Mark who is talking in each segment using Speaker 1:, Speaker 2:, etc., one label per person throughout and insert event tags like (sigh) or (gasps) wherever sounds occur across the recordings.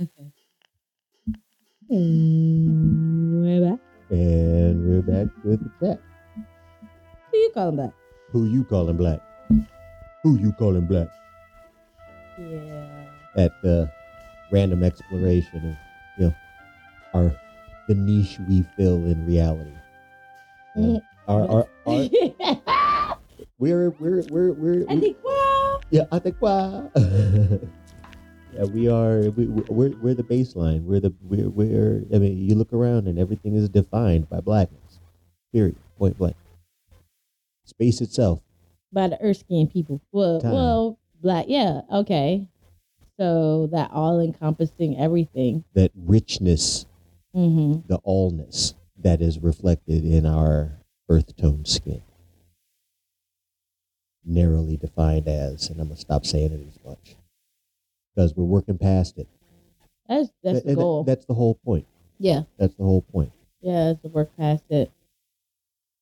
Speaker 1: Okay. And we're back.
Speaker 2: And we're back with the chat.
Speaker 1: Who you calling back?
Speaker 2: Who you calling black? Who you calling black?
Speaker 1: Yeah.
Speaker 2: At the random exploration of you know our the niche we fill in reality. Yeah. Our, our,
Speaker 1: (laughs)
Speaker 2: our, we're we're we're we're
Speaker 1: I think, wow.
Speaker 2: yeah, I think wow. (laughs) yeah, we are we we're we're the baseline. We're the we're we're I mean, you look around and everything is defined by blackness. Period. Point blank. Space itself.
Speaker 1: By the Erskine people. Well,
Speaker 2: Time.
Speaker 1: well, black. Yeah. Okay. So that all encompassing everything.
Speaker 2: That richness
Speaker 1: Mm-hmm.
Speaker 2: the allness that is reflected in our earth tone skin. Narrowly defined as, and I'm gonna stop saying it as much because we're working past it.
Speaker 1: That's that's
Speaker 2: Th-
Speaker 1: the
Speaker 2: th-
Speaker 1: goal.
Speaker 2: that's the whole point.
Speaker 1: yeah.
Speaker 2: That's the whole point.
Speaker 1: Yeah. It's to work past it.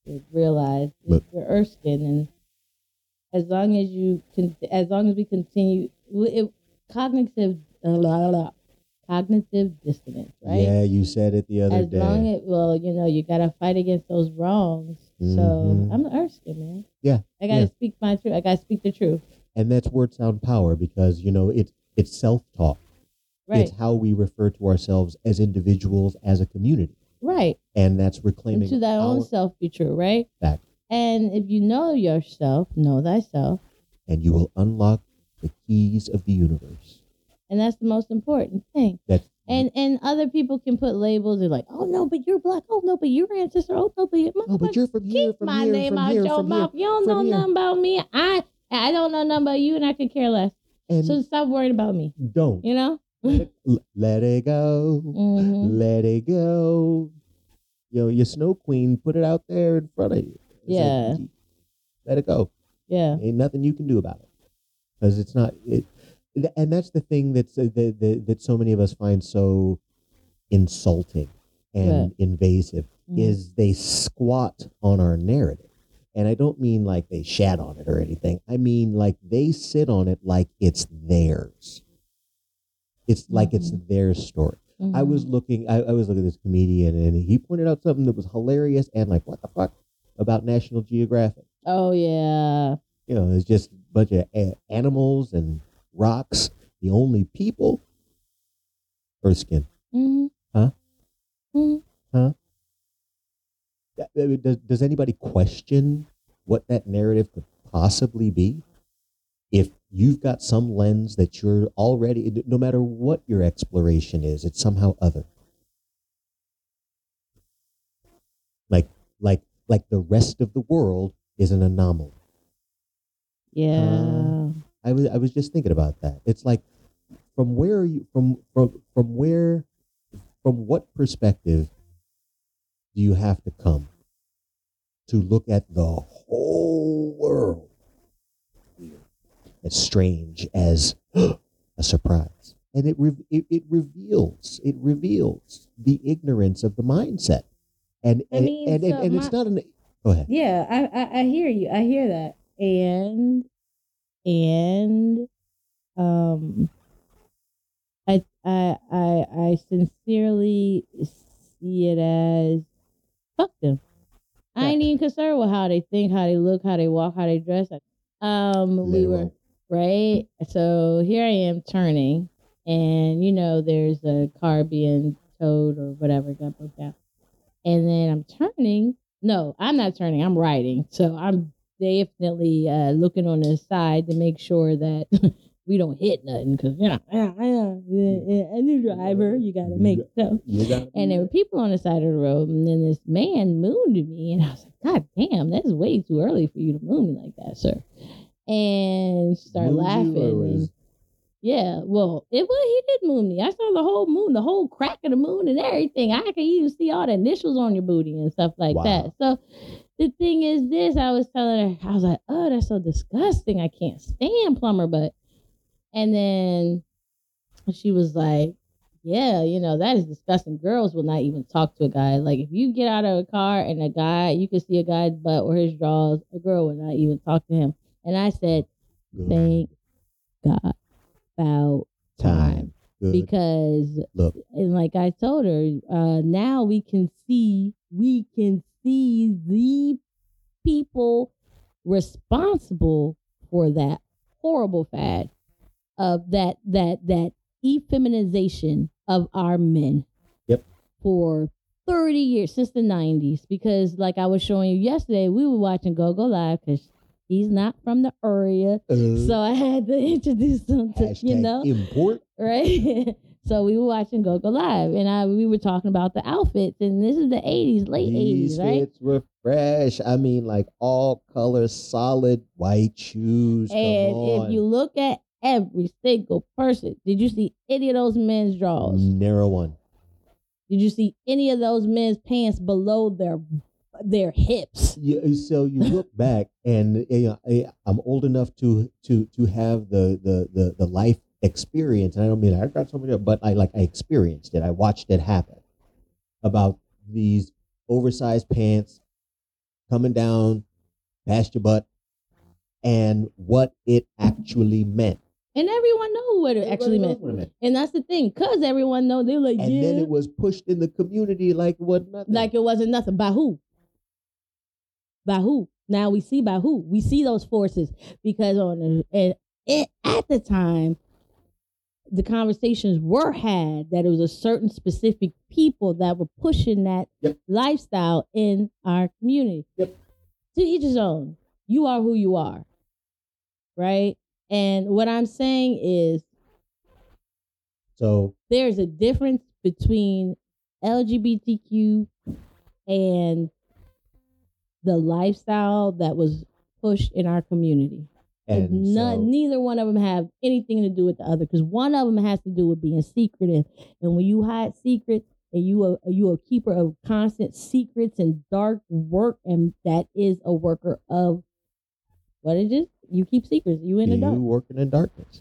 Speaker 1: You realize
Speaker 2: But-
Speaker 1: it's your Erskine, and as long as you can, as long as we continue, it, cognitive, uh, la, la, la, cognitive dissonance, right?
Speaker 2: Yeah, you said it the other
Speaker 1: as
Speaker 2: day.
Speaker 1: long as well, you know, you gotta fight against those wrongs. So
Speaker 2: Mhm.
Speaker 1: I'm an Erskine man.
Speaker 2: Yeah,
Speaker 1: I gotta
Speaker 2: yeah.
Speaker 1: speak my truth. I gotta speak the truth.
Speaker 2: and that's word sound power because you know it it's self talk.
Speaker 1: Right.
Speaker 2: It's how we refer to ourselves as individuals, as a community,
Speaker 1: right.
Speaker 2: and that's
Speaker 1: And
Speaker 2: reclaiming
Speaker 1: to thy own
Speaker 2: our-
Speaker 1: self be true, right?
Speaker 2: Fact.
Speaker 1: And if you know yourself, know thyself.
Speaker 2: and you will unlock the keys of the universe.
Speaker 1: And that's the most important thing.
Speaker 2: That's
Speaker 1: And and other people can put labels and like, oh no, but you're black. Oh no, but you're ancestor. Oh no, but you're
Speaker 2: Oh, but you're from here,
Speaker 1: keep
Speaker 2: from
Speaker 1: my
Speaker 2: here,
Speaker 1: name
Speaker 2: from
Speaker 1: out
Speaker 2: here,
Speaker 1: your
Speaker 2: from
Speaker 1: mouth.
Speaker 2: here.
Speaker 1: You don't know
Speaker 2: from here.
Speaker 1: nothing about me. I I don't know nothing about you, and I could care less.
Speaker 2: And Mm.
Speaker 1: so stop worrying about me.
Speaker 2: don't
Speaker 1: You know.
Speaker 2: L- let it go, (laughs)
Speaker 1: Mhm.
Speaker 2: let it go. Yo, your snow queen put it out there in front of you. It's like,
Speaker 1: Yeah.
Speaker 2: gee, let it go.
Speaker 1: Yeah.
Speaker 2: Ain't nothing you can do about it because it's not it. th- And that's the thing that's uh, that, that that so many of us find so insulting and invasive
Speaker 1: Mhm.
Speaker 2: is they squat on our narrative. And I don't mean like they shat on it or anything. I mean like they sit on it like it's theirs. It's like it's their story. I was looking I, I was looking at this comedian and he pointed out something that was hilarious and like what the fuck about National Geographic.
Speaker 1: Oh yeah.
Speaker 2: You know, it's just a bunch of a- animals and rocks. The only people Erskine.
Speaker 1: Mm-hmm.
Speaker 2: Huh?
Speaker 1: hmm
Speaker 2: that- I mean, does, does anybody question what that narrative could possibly be? If you've got some lens that you're already, no matter what your exploration is, it's somehow other. Like, like, like the rest of the world is an anomaly.
Speaker 1: Yeah.
Speaker 2: Um, I was, I was just thinking about that. It's like, from where are you, from, from, from where, from what perspective do you have to come to look at the whole world as strange as (gasps) a surprise? And it, re- it, it reveals, it reveals the ignorance of the mindset. And,
Speaker 1: I
Speaker 2: and,
Speaker 1: mean,
Speaker 2: and, and,
Speaker 1: so
Speaker 2: and it's
Speaker 1: my-
Speaker 2: not an, go ahead.
Speaker 1: yeah. I, I I hear you. I hear that. And and um, I I I I sincerely see it as fuck them. I ain't even concerned with how they think, how they look, how they walk, how they dress. Um, we were
Speaker 2: Literal.
Speaker 1: right? So here I am turning, and you know, there's a car being towed or whatever got broke down. And then I'm turning. No, I'm not turning. I'm riding. So I'm definitely uh, looking on the side to make sure that (laughs) we don't hit nothing because, you know, (laughs) a new driver, you got to make so.
Speaker 2: You gotta
Speaker 1: And
Speaker 2: be-
Speaker 1: there were people on the side of the road, and then this man mooned me, and I was like, "God damn, that's way too early for you to moon me like that, sir." And she started
Speaker 2: Moon you or
Speaker 1: laughing.
Speaker 2: was-
Speaker 1: and- yeah, well, it well he did moon me. I saw the whole moon, the whole crack of the moon, and everything. I could even see all the initials on your booty and stuff like that. So the thing is, this I was telling her, I was like, "Oh, that's so disgusting. I can't stand plumber." But and then she was like yeah, you know, that is disgusting. Girls will not even talk to a guy. Like, if you get out of a car and a guy, you can see a guy's butt or his drawers, a girl will not even talk to him. And I said,
Speaker 2: Good
Speaker 1: thank God about time.
Speaker 2: Good.
Speaker 1: because
Speaker 2: Look.
Speaker 1: and like I told her, uh, now we can see we can see the people responsible for that horrible fad of that that that effeminization of our men.
Speaker 2: Yep.
Speaker 1: For thirty years since the nineties, because like I was showing you yesterday, we were watching Go Go Live because he's not from the area,
Speaker 2: uh,
Speaker 1: so I had to (laughs) introduce him to
Speaker 2: hashtag
Speaker 1: you know
Speaker 2: import.
Speaker 1: right? (laughs) so we were watching Go Go Live, and I we were talking about the outfits, and this is the '80s, late
Speaker 2: These
Speaker 1: '80s, right?
Speaker 2: fits were fresh. I mean, like all colors, solid white shoes. Come
Speaker 1: And
Speaker 2: on.
Speaker 1: if you look at every single person, did you see any of those men's drawers?
Speaker 2: narrow one,
Speaker 1: Did you see any of those men's pants below their their hips?
Speaker 2: you, uh, so you look back, and you know, I- I'm old enough to to to have the the the, the life experience. And I don't mean I got somebody, but I like I experienced it. I watched it happen about these oversized pants coming down past your butt, and what it actually meant.
Speaker 1: And everyone know what it actually
Speaker 2: Everybody knows
Speaker 1: meant.
Speaker 2: what it meant.
Speaker 1: And that's the thing, cause everyone know they're like,
Speaker 2: and
Speaker 1: yeah,
Speaker 2: then it was pushed in the community like what nothing.
Speaker 1: like it wasn't nothing. By who? By who? Now we see by who. We see those forces because on the, and it, at the time, the conversations were had that it was a certain specific people that were pushing that
Speaker 2: Yep.
Speaker 1: lifestyle in our community.
Speaker 2: Yep.
Speaker 1: To each his own. You are who you are, right? And what I'm saying is
Speaker 2: so
Speaker 1: there's a difference between LGBTQ and the lifestyle that was pushed in our community.
Speaker 2: and
Speaker 1: none,
Speaker 2: so-
Speaker 1: neither one of them have anything to do with the other because one of them has to do with being secretive, and when you hide secrets and you are you a keeper of constant secrets and dark work, and that is a worker of what it is. You keep secrets. You in the
Speaker 2: you
Speaker 1: dark.
Speaker 2: working in darkness.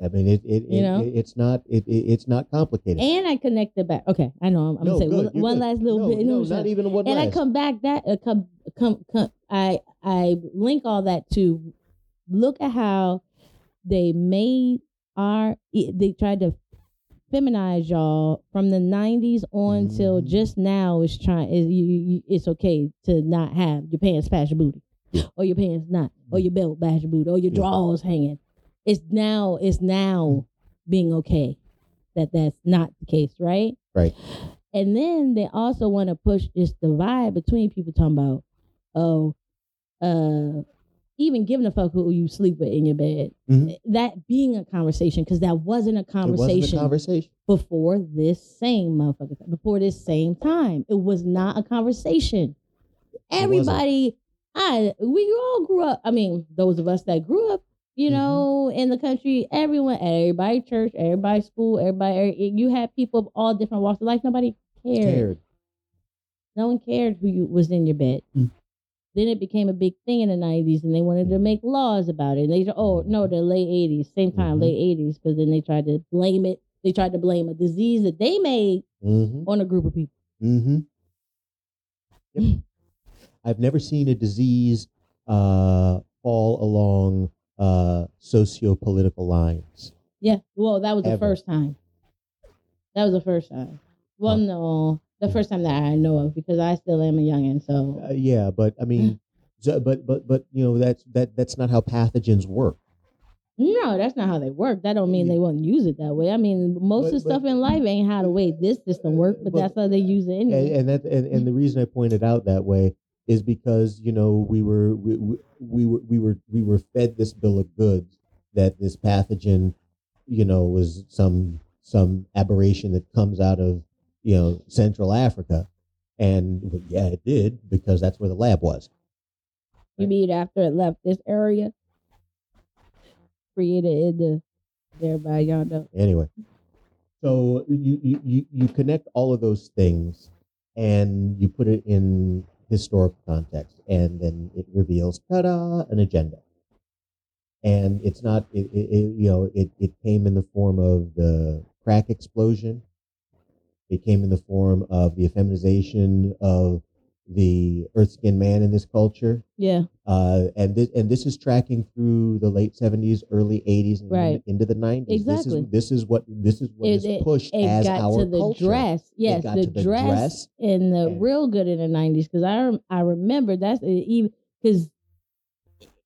Speaker 2: I mean, it, it,
Speaker 1: You
Speaker 2: it-
Speaker 1: know?
Speaker 2: it- it's not it, it it's not complicated.
Speaker 1: And I connected back. Okay, I know. I'm, I'm
Speaker 2: No,
Speaker 1: gonna say
Speaker 2: good,
Speaker 1: one,
Speaker 2: you're
Speaker 1: one
Speaker 2: good.
Speaker 1: last little
Speaker 2: No,
Speaker 1: bit. (laughs)
Speaker 2: No,
Speaker 1: shut up.
Speaker 2: not even one
Speaker 1: and
Speaker 2: last.
Speaker 1: I come back that uh, come, come come I I link all that to look at how they made our e, they tried to feminize y'all from the 90s on till
Speaker 2: Mhm.
Speaker 1: just now is trying is you, you it's okay to not have your pants past your booty or your pants not or your belt past your booty or your
Speaker 2: Mm-hmm. Yeah.
Speaker 1: drawers hanging it's now it's now
Speaker 2: Mm-hmm.
Speaker 1: being okay that that's not the case right
Speaker 2: Right.
Speaker 1: and then they also want to push this divide between people talking about, oh, uh, even giving a fuck who you sleep with in your bed.
Speaker 2: Mhm.
Speaker 1: That being a conversation, because that Mm-hmm. wasn't a
Speaker 2: It wasn't a
Speaker 1: conversation
Speaker 2: conversation.
Speaker 1: before this same motherfucker, before this same time. It was not a conversation.
Speaker 2: wasn't.
Speaker 1: Everybody, I we all grew up. I mean, those of us that grew up, you know, in the country, everyone, everybody, church, everybody, school, everybody, every- you had people of all different walks of life. Nobody cared.
Speaker 2: Cared.
Speaker 1: No one cared who you was in your bed.
Speaker 2: Mm.
Speaker 1: Then it became a big thing in the nineties, and they wanted
Speaker 2: Hmm.
Speaker 1: to make laws about it. And they oh no, the late eighties, same time
Speaker 2: Mhm.
Speaker 1: late eighties, because then they tried to blame it. They tried to blame a disease that they made
Speaker 2: Mm-hmm.
Speaker 1: on a group of people.
Speaker 2: Mm-hmm.
Speaker 1: (sighs)
Speaker 2: Yep. I've never seen a disease uh, fall along uh, socio-political lines.
Speaker 1: Yeah. Well, that was the
Speaker 2: Ever.
Speaker 1: first time. That was the first time. Well,
Speaker 2: Huh.
Speaker 1: no, the first time that I know of, because I still am a youngin. So
Speaker 2: Uh, yeah, but
Speaker 1: (sighs)
Speaker 2: I mean, so- but but but you know that's that that's not how pathogens work.
Speaker 1: no, that's not how they work. That don't mean they won't use it that way. I mean, most
Speaker 2: But-
Speaker 1: of the
Speaker 2: but-
Speaker 1: stuff in life ain't how the way this system work, but,
Speaker 2: But-
Speaker 1: that's how they use it anyway.
Speaker 2: and, and that and, and the reason I pointed out that way is because you know we were we, we, we were we were we were fed this bill of goods that this pathogen you know was some some aberration that comes out of you know Central Africa and well, yeah it did because that's where the lab was
Speaker 1: You mean after it left this area? Created in the thereby y'all know.
Speaker 2: anyway so you you you, you connect all of those things and you put it in historical context and then it reveals ta-da an agenda and it's not it, it, it- you know it, it came in the form of the crack explosion it came in the form of the effeminization of the earth skin man in this culture.
Speaker 1: Yeah.
Speaker 2: Uh, and this and this is tracking through the late seventies, early eighties, and
Speaker 1: Right.
Speaker 2: into the nineties.
Speaker 1: Exactly.
Speaker 2: This is this is what this is what
Speaker 1: It-
Speaker 2: is
Speaker 1: it-
Speaker 2: pushed
Speaker 1: It
Speaker 2: as
Speaker 1: got
Speaker 2: our
Speaker 1: to the
Speaker 2: culture.
Speaker 1: dress. Yes,
Speaker 2: got
Speaker 1: the,
Speaker 2: to the
Speaker 1: dress,
Speaker 2: dress
Speaker 1: and the
Speaker 2: and-
Speaker 1: real good in the nineties because I rem- I remember that's it even because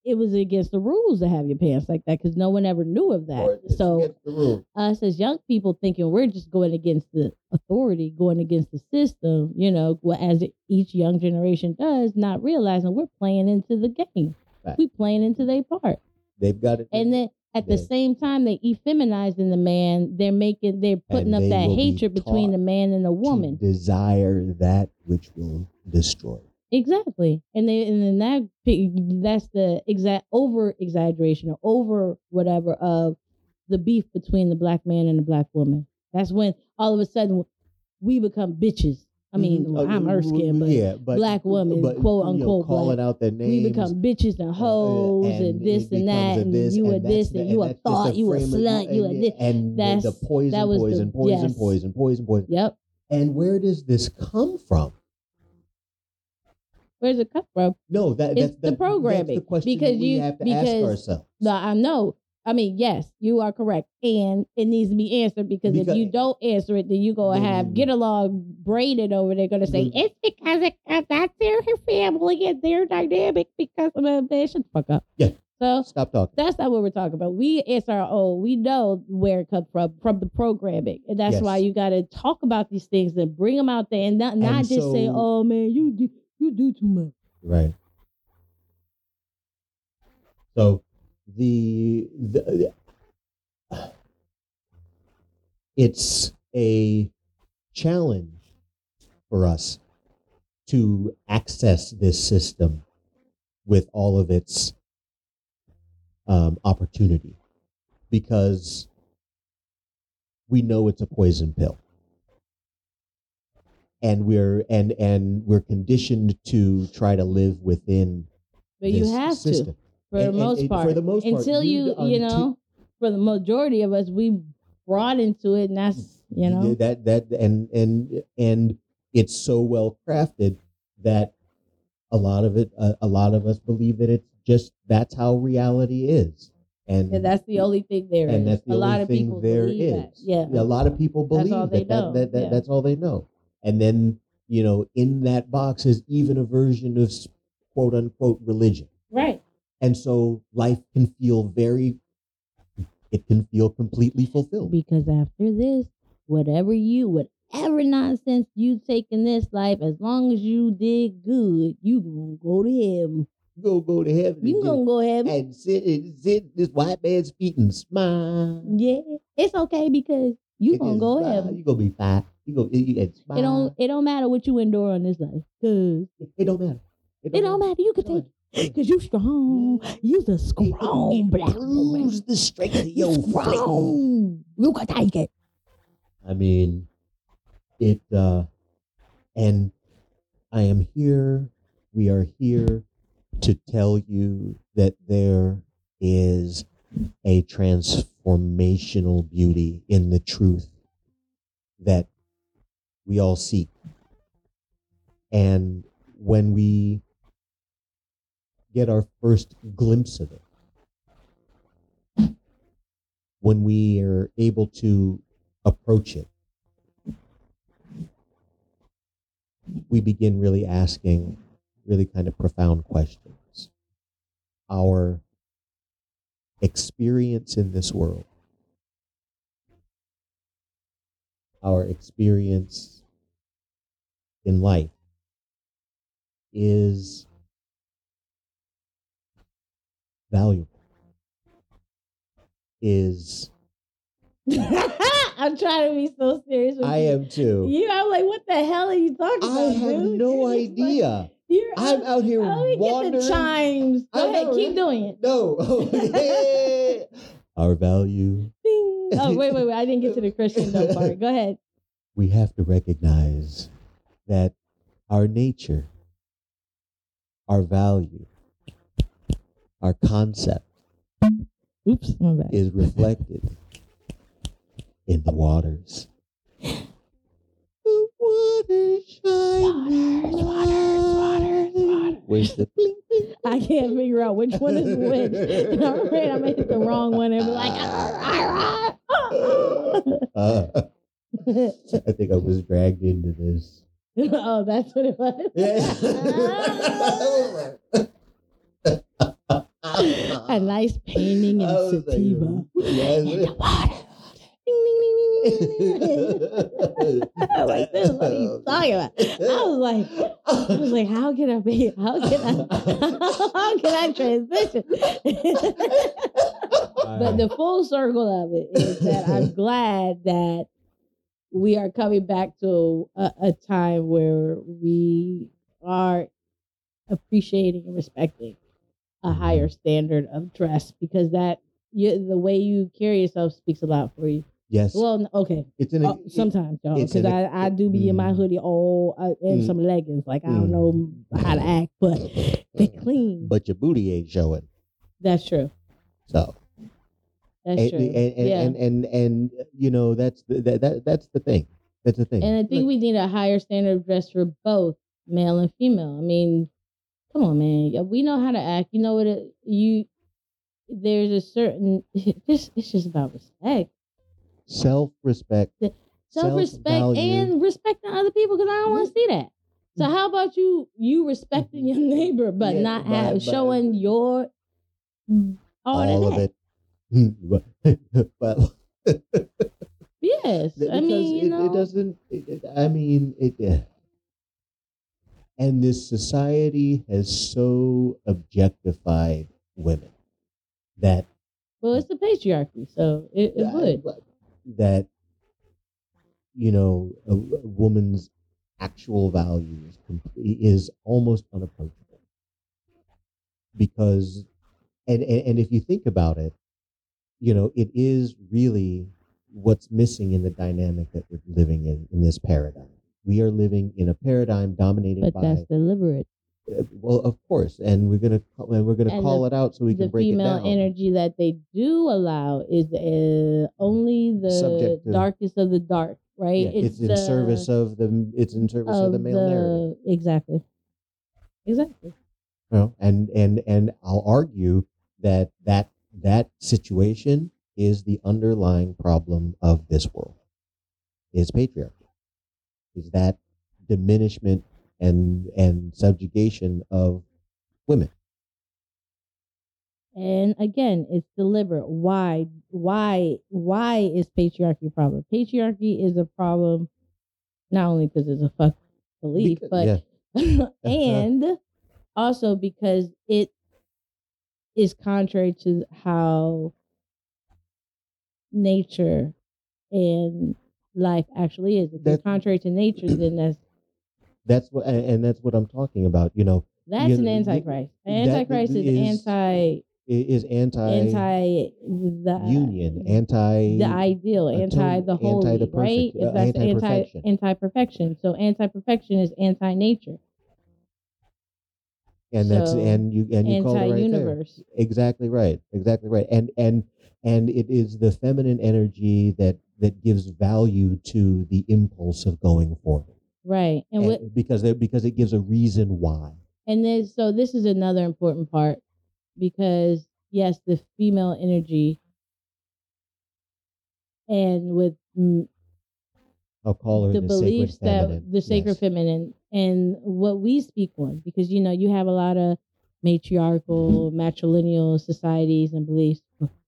Speaker 1: it was against the rules to have your pants like that because no one ever knew of
Speaker 2: Or
Speaker 1: that.
Speaker 2: it's
Speaker 1: So
Speaker 2: against the rule.
Speaker 1: us as young people thinking we're just going against the authority, going against the system, you know, well, as each young generation does, not realizing we're playing into the game.
Speaker 2: Right.
Speaker 1: We playing into their part.
Speaker 2: they've got it,
Speaker 1: And then at the
Speaker 2: Yeah.
Speaker 1: same time they effeminizing the man, they're making they're putting
Speaker 2: And
Speaker 1: up
Speaker 2: they
Speaker 1: that
Speaker 2: will be
Speaker 1: hatred between
Speaker 2: taught
Speaker 1: the man and the
Speaker 2: to
Speaker 1: woman.
Speaker 2: desire that which will destroy.
Speaker 1: Exactly, and they and then that pi- that's the exact over exaggeration or over whatever of the beef between the black man and the black woman. That's when all of a sudden we become bitches. I mean,
Speaker 2: Mhm.
Speaker 1: well, I'm
Speaker 2: Uh,
Speaker 1: Erskine, but
Speaker 2: yeah, but
Speaker 1: black women, quote,
Speaker 2: you know,
Speaker 1: unquote,
Speaker 2: calling out their names.
Speaker 1: we become bitches and
Speaker 2: uh,
Speaker 1: hoes and,
Speaker 2: it
Speaker 1: this and
Speaker 2: becomes
Speaker 1: that,
Speaker 2: a
Speaker 1: and
Speaker 2: this,
Speaker 1: you a
Speaker 2: that's
Speaker 1: this,
Speaker 2: the-
Speaker 1: and you a
Speaker 2: that's just the
Speaker 1: thought, you a
Speaker 2: frame of-
Speaker 1: slut, you a
Speaker 2: and-
Speaker 1: this.
Speaker 2: and the- the
Speaker 1: That's-
Speaker 2: poison,
Speaker 1: that was the-
Speaker 2: poison, poison,
Speaker 1: yes.
Speaker 2: poison, poison, poison.
Speaker 1: Yep.
Speaker 2: And where does this come from?
Speaker 1: Where's it come from?
Speaker 2: No, that,
Speaker 1: It's
Speaker 2: that's
Speaker 1: the
Speaker 2: that- That's
Speaker 1: programming,
Speaker 2: the question
Speaker 1: because
Speaker 2: we
Speaker 1: you-
Speaker 2: have to ask
Speaker 1: because
Speaker 2: ourselves.
Speaker 1: No, I know. I mean, yes, you are correct, and it needs to be answered because, if
Speaker 2: Because-
Speaker 1: you don't answer it, then you gonna
Speaker 2: Then
Speaker 1: have
Speaker 2: you-
Speaker 1: get along braided over. They're gonna say
Speaker 2: Mhm.
Speaker 1: it's because it, uh, that's their family and their dynamic because of a bitch. Shut the fuck up.
Speaker 2: Yeah.
Speaker 1: So
Speaker 2: Stop talking.
Speaker 1: that's not what we're talking about. We answer our own. We know where it comes from from the programming, and that's
Speaker 2: Yes.
Speaker 1: why you gotta talk about these things and bring them out there, and not not
Speaker 2: And
Speaker 1: just say,
Speaker 2: so-
Speaker 1: "Oh man, you do you do too much."
Speaker 2: Right. So the, the it's a challenge for us to access this system with all of its um, opportunity because we know it's a poison pill and we're and and we're conditioned to try to live within
Speaker 1: But
Speaker 2: this
Speaker 1: you have
Speaker 2: system.
Speaker 1: to for
Speaker 2: And-
Speaker 1: the
Speaker 2: and-
Speaker 1: most
Speaker 2: and
Speaker 1: part.
Speaker 2: for the most part,
Speaker 1: until you,
Speaker 2: you-
Speaker 1: you
Speaker 2: until-
Speaker 1: know, for the majority of us, we brought into it, and
Speaker 2: Mm,
Speaker 1: that's you know,
Speaker 2: that that and and and it's so well crafted that a lot of it a, a lot of us believe that it's just that's how reality is and
Speaker 1: and that's the only thing there is.
Speaker 2: and that's the
Speaker 1: a
Speaker 2: only
Speaker 1: lot of
Speaker 2: thing
Speaker 1: people
Speaker 2: there
Speaker 1: believe
Speaker 2: is.
Speaker 1: that. Yeah,
Speaker 2: a lot of people
Speaker 1: That's
Speaker 2: believe
Speaker 1: all they
Speaker 2: that, that-
Speaker 1: know,
Speaker 2: that- that-
Speaker 1: yeah.
Speaker 2: that's all they know and then you know in that box is even a version of s- quote unquote religion
Speaker 1: right.
Speaker 2: and so life can feel very it can feel completely fulfilled
Speaker 1: Because after this, whatever you, whatever nonsense you take in this life, as long as you did good, you gonna go to heaven.
Speaker 2: go go to heaven
Speaker 1: You
Speaker 2: and get
Speaker 1: gonna go to heaven.
Speaker 2: and sit and sit at this white man's feet and smile.
Speaker 1: Yeah, it's okay because you gonna
Speaker 2: And
Speaker 1: go to
Speaker 2: smile.
Speaker 1: heaven.
Speaker 2: You gonna be fine. You gonna you, and smile.
Speaker 1: It don't. It don't matter what you endure on this life, cause
Speaker 2: It don't matter. It
Speaker 1: it don't matter. You can
Speaker 2: It don't
Speaker 1: take Cause you strong. You the
Speaker 2: It-
Speaker 1: strong
Speaker 2: it
Speaker 1: black woman.
Speaker 2: proves the strength of
Speaker 1: You
Speaker 2: your frame.
Speaker 1: strong. You can take it.
Speaker 2: I mean, it. uh And I am here. We are here to tell you that there is a transformational beauty in the truth that we all seek. And when we get our first glimpse of it, when we are able to approach it, we begin really asking really kind of profound questions. Our experience in this world, our experience in life is valuable, is
Speaker 1: (laughs) I'm trying to be so serious. With
Speaker 2: I
Speaker 1: you.
Speaker 2: am too.
Speaker 1: You, I'm like, what the hell are you talking
Speaker 2: I
Speaker 1: about?
Speaker 2: have
Speaker 1: dude?
Speaker 2: no
Speaker 1: You're just like-
Speaker 2: idea.
Speaker 1: you're,
Speaker 2: I'm out here
Speaker 1: Let me
Speaker 2: wandering.
Speaker 1: get the chimes.
Speaker 2: I
Speaker 1: Go ahead,
Speaker 2: know,
Speaker 1: keep
Speaker 2: right?
Speaker 1: doing it.
Speaker 2: No. Oh, yeah. (laughs) Our value.
Speaker 1: Ding. Oh wait, wait, wait! I didn't get to the Christian dumb part. Go ahead.
Speaker 2: We have to recognize that our nature, our value, our concept
Speaker 1: Oops, my
Speaker 2: (laughs)
Speaker 1: bad.
Speaker 2: is reflected in the waters. The waters shine.
Speaker 1: Waters, waters,
Speaker 2: (laughs) wasted. Bling, bling,
Speaker 1: I can't figure out which one is which. (laughs) And I'm afraid I'm gonna hit the wrong one and be
Speaker 2: (laughs)
Speaker 1: like, (laughs) "Ah, ah, ah,
Speaker 2: uh, I think I was dragged into this.
Speaker 1: ah." oh, that's what it was. (laughs) A nice painting
Speaker 2: I
Speaker 1: and
Speaker 2: was like,
Speaker 1: sativa.
Speaker 2: yes.
Speaker 1: In the water. Ding, ding, ding, ding, ding,
Speaker 2: (laughs)
Speaker 1: ding. I was like, this is what he's talking about. I was like, I was like, how can I be? How can I? (laughs) How can I transition? (laughs)
Speaker 2: (laughs)
Speaker 1: but the full circle of it is that I'm glad that we are coming back to a, a time where we are appreciating and respecting a higher
Speaker 2: Mm-hmm.
Speaker 1: standard of dress because that you, the way you carry yourself speaks a lot for you.
Speaker 2: yes,
Speaker 1: Well, n- okay,
Speaker 2: it's an
Speaker 1: uh, sometimes y'all,
Speaker 2: it's
Speaker 1: because
Speaker 2: an-
Speaker 1: I, I do be in my
Speaker 2: Mm.
Speaker 1: hoodie all uh, and
Speaker 2: Mm.
Speaker 1: some leggings. Like I don't
Speaker 2: Mm.
Speaker 1: know how to act, but they clean.
Speaker 2: but your booty ain't showing.
Speaker 1: That's true.
Speaker 2: So
Speaker 1: That's
Speaker 2: and
Speaker 1: true.
Speaker 2: and, and,
Speaker 1: yeah.
Speaker 2: and and and you know that's the, that, that that's the thing. That's the thing.
Speaker 1: And I think we need a higher standard of dress for both male and female. I mean, come on, man. Yeah, We know how to act. You know what? It, you there's a certain (laughs) just it's just about respect,
Speaker 2: self respect,
Speaker 1: The- self respect, and respecting other people. Because I don't
Speaker 2: Mm-hmm.
Speaker 1: want to see that. So how about you you respecting
Speaker 2: (laughs)
Speaker 1: your neighbor but
Speaker 2: Yeah,
Speaker 1: not
Speaker 2: but-
Speaker 1: have,
Speaker 2: but-
Speaker 1: showing your all,
Speaker 2: all
Speaker 1: of
Speaker 2: of
Speaker 1: that?
Speaker 2: it. (laughs) but
Speaker 1: Yes,
Speaker 2: Th-
Speaker 1: I
Speaker 2: because
Speaker 1: mean
Speaker 2: it,
Speaker 1: you know
Speaker 2: it doesn't. It, it- I mean it. eh. And this society has so objectified women that
Speaker 1: well it's the patriarchy, so it, it would.
Speaker 2: that you know a, a woman's actual value is comple- is almost unapproachable because and, and and if you think about it you know it is really what's missing in the dynamic that we're living in in this paradigm we are living in a paradigm dominated
Speaker 1: But
Speaker 2: by
Speaker 1: that's deliberate.
Speaker 2: uh, well of course and we're going to and we're going to
Speaker 1: And
Speaker 2: call
Speaker 1: the-
Speaker 2: it out so we
Speaker 1: the
Speaker 2: can break it
Speaker 1: female
Speaker 2: down Mm-hmm.
Speaker 1: energy that they do allow is uh, only the
Speaker 2: Subject to-
Speaker 1: darkest of the dark, right?
Speaker 2: Yeah, it's, in
Speaker 1: the-
Speaker 2: service of the it's in service of, the male narrative
Speaker 1: Exactly. Exactly.
Speaker 2: You know, and and and I'll argue that that that situation is the underlying problem of this world is patriarchy is that diminishment and and subjugation of women
Speaker 1: And again, it's deliberate. Why? Why? Why is patriarchy a problem? Patriarchy is a problem not only because it's a fuck belief,
Speaker 2: Because-
Speaker 1: but
Speaker 2: yeah. (laughs)
Speaker 1: and also because it is contrary to how nature and life actually is. If
Speaker 2: That-
Speaker 1: it's contrary to nature, then
Speaker 2: (clears throat)
Speaker 1: that's
Speaker 2: that's what and and that's what I'm talking about you know
Speaker 1: that's
Speaker 2: You
Speaker 1: an
Speaker 2: know, th-
Speaker 1: antichrist. An
Speaker 2: that
Speaker 1: antichrist is,
Speaker 2: is
Speaker 1: anti
Speaker 2: it is anti
Speaker 1: anti the
Speaker 2: union anti
Speaker 1: uh, the ideal,
Speaker 2: atone-
Speaker 1: anti the holy,
Speaker 2: anti the
Speaker 1: right?
Speaker 2: perfect- uh,
Speaker 1: that's anti
Speaker 2: anti-perfection.
Speaker 1: anti perfection. So anti perfection is anti nature,
Speaker 2: and that's
Speaker 1: so
Speaker 2: and you and you call it
Speaker 1: anti
Speaker 2: right there.
Speaker 1: universe.
Speaker 2: exactly right exactly right and and and it is the feminine energy that that gives value to the impulse of going forward
Speaker 1: Right. And, what
Speaker 2: And- because they, because it gives a reason why
Speaker 1: and then so this is another important part because yes, the female energy and with mm,
Speaker 2: i'll call her
Speaker 1: the
Speaker 2: the,
Speaker 1: beliefs
Speaker 2: sacred feminine.
Speaker 1: that the sacred
Speaker 2: Yes.
Speaker 1: feminine and what we speak on because you know you have a lot of matriarchal matrilineal societies and beliefs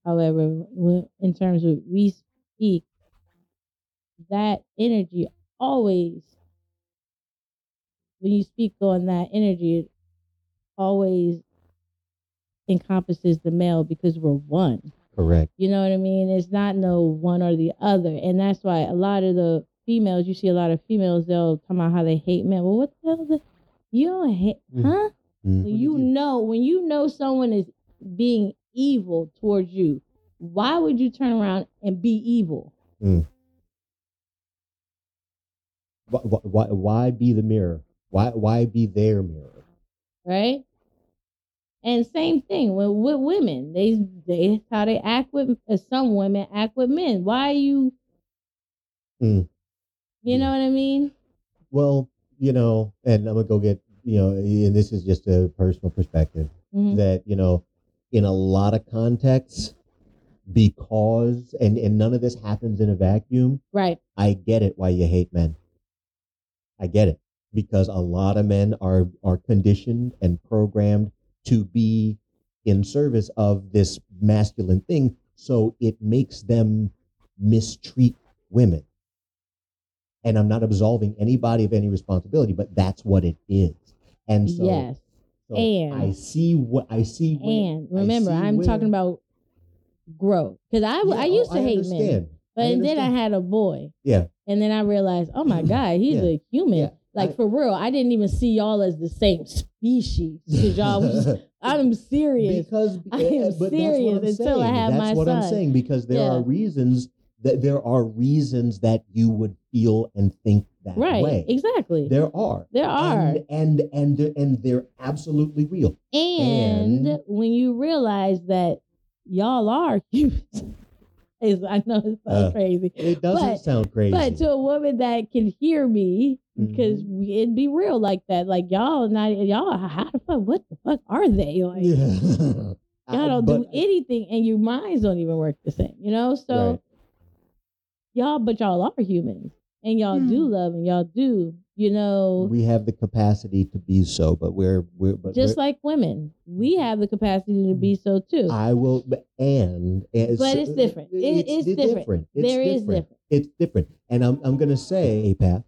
Speaker 1: however w- in terms of we speak that energy always when you speak on that energy it always encompasses the male because we're one
Speaker 2: correct
Speaker 1: you know what I mean? It's not no one or the other. And that's why a lot of the females, you see a lot of females, they'll come out how they hate men. Well, what the hell? The, you don't hate,
Speaker 2: Mm.
Speaker 1: huh?
Speaker 2: Mm.
Speaker 1: When you know, when you know someone is being evil towards you, why would you turn around and be evil?
Speaker 2: why, why, why be the mirror why why be their mirror
Speaker 1: right? And same thing with, with women. They they how they act with uh, some women act with men. Why you?
Speaker 2: Mm.
Speaker 1: You know what I mean?
Speaker 2: well you know and i'm gonna go get you know, and this is just a personal perspective
Speaker 1: Mhm.
Speaker 2: that you know, in a lot of contexts, because and and none of this happens in a vacuum.
Speaker 1: Right.
Speaker 2: I get it why you hate men. I get it because a lot of men are are conditioned and programmed to be in service of this masculine thing, so it makes them mistreat women. And I'm not absolving anybody of any responsibility, but that's what it is. And so,
Speaker 1: yes.
Speaker 2: so
Speaker 1: and-
Speaker 2: I see what I see. where-
Speaker 1: And remember,
Speaker 2: see
Speaker 1: I'm
Speaker 2: where-
Speaker 1: talking about growth because I,
Speaker 2: Yeah, oh,
Speaker 1: I used to
Speaker 2: I
Speaker 1: hate men,
Speaker 2: understand.
Speaker 1: but then I
Speaker 2: understand.
Speaker 1: had a boy.
Speaker 2: Yeah.
Speaker 1: And then I realized, oh
Speaker 2: (clears throat)
Speaker 1: my God, he's
Speaker 2: Yeah.
Speaker 1: a human.
Speaker 2: Yeah.
Speaker 1: Like
Speaker 2: I-
Speaker 1: for real, I didn't even see y'all as the same species. (laughs) Cause y'all
Speaker 2: (laughs)
Speaker 1: was, I'm serious.
Speaker 2: Because
Speaker 1: (laughs)
Speaker 2: eh,
Speaker 1: I am
Speaker 2: but
Speaker 1: serious
Speaker 2: that's what I'm
Speaker 1: until I
Speaker 2: saying.
Speaker 1: have
Speaker 2: that's
Speaker 1: my
Speaker 2: what I'm
Speaker 1: son.
Speaker 2: saying because there
Speaker 1: Yeah.
Speaker 2: are reasons that there are reasons that you would feel and think that
Speaker 1: Right.
Speaker 2: way.
Speaker 1: Exactly. There,
Speaker 2: There are.
Speaker 1: are.
Speaker 2: And and and they're, and they're absolutely real.
Speaker 1: And,
Speaker 2: And-
Speaker 1: when you realize that y'all are (laughs) human, it's, I know it's so
Speaker 2: Uh,
Speaker 1: crazy.
Speaker 2: It doesn't
Speaker 1: But-
Speaker 2: sound crazy. Mm-hmm.
Speaker 1: But to a woman that can hear me, because it'd be real like that. Like y'all, not y'all. How the fuck? What the fuck are they? Like
Speaker 2: (laughs) yeah.
Speaker 1: y'all
Speaker 2: Uh,
Speaker 1: don't
Speaker 2: but-
Speaker 1: do anything, and your minds don't even work the same. You know. So
Speaker 2: Right.
Speaker 1: y'all, but y'all are humans, and y'all
Speaker 3: Hmm.
Speaker 1: do love, and y'all do. You know,
Speaker 2: we have the capacity to be so, but we're we're but Mm-hmm.
Speaker 1: just
Speaker 2: we're,
Speaker 1: like women, we have the capacity to be so too.
Speaker 2: I will but- and, and
Speaker 1: But it's different. It- it's different.
Speaker 2: It's
Speaker 1: There is
Speaker 2: different.
Speaker 1: different.
Speaker 2: It's different. And I'm I'm gonna say a path,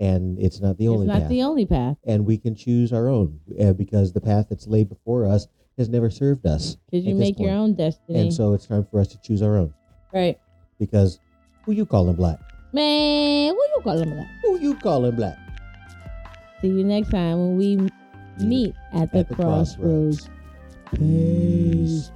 Speaker 2: and it's not the
Speaker 1: It's
Speaker 2: only
Speaker 1: not
Speaker 2: path.
Speaker 1: the only path
Speaker 2: and we can choose our own uh, because the path that's laid before us has never served us.
Speaker 1: because you
Speaker 2: At this
Speaker 1: make your
Speaker 2: point.
Speaker 1: own destiny.
Speaker 2: And so it's time for us to choose our own
Speaker 1: right,
Speaker 2: because who you calling black?
Speaker 1: man. What you call them that?
Speaker 2: Who you calling black?
Speaker 1: See you next time when we meet at the, crossroads.
Speaker 2: Peace.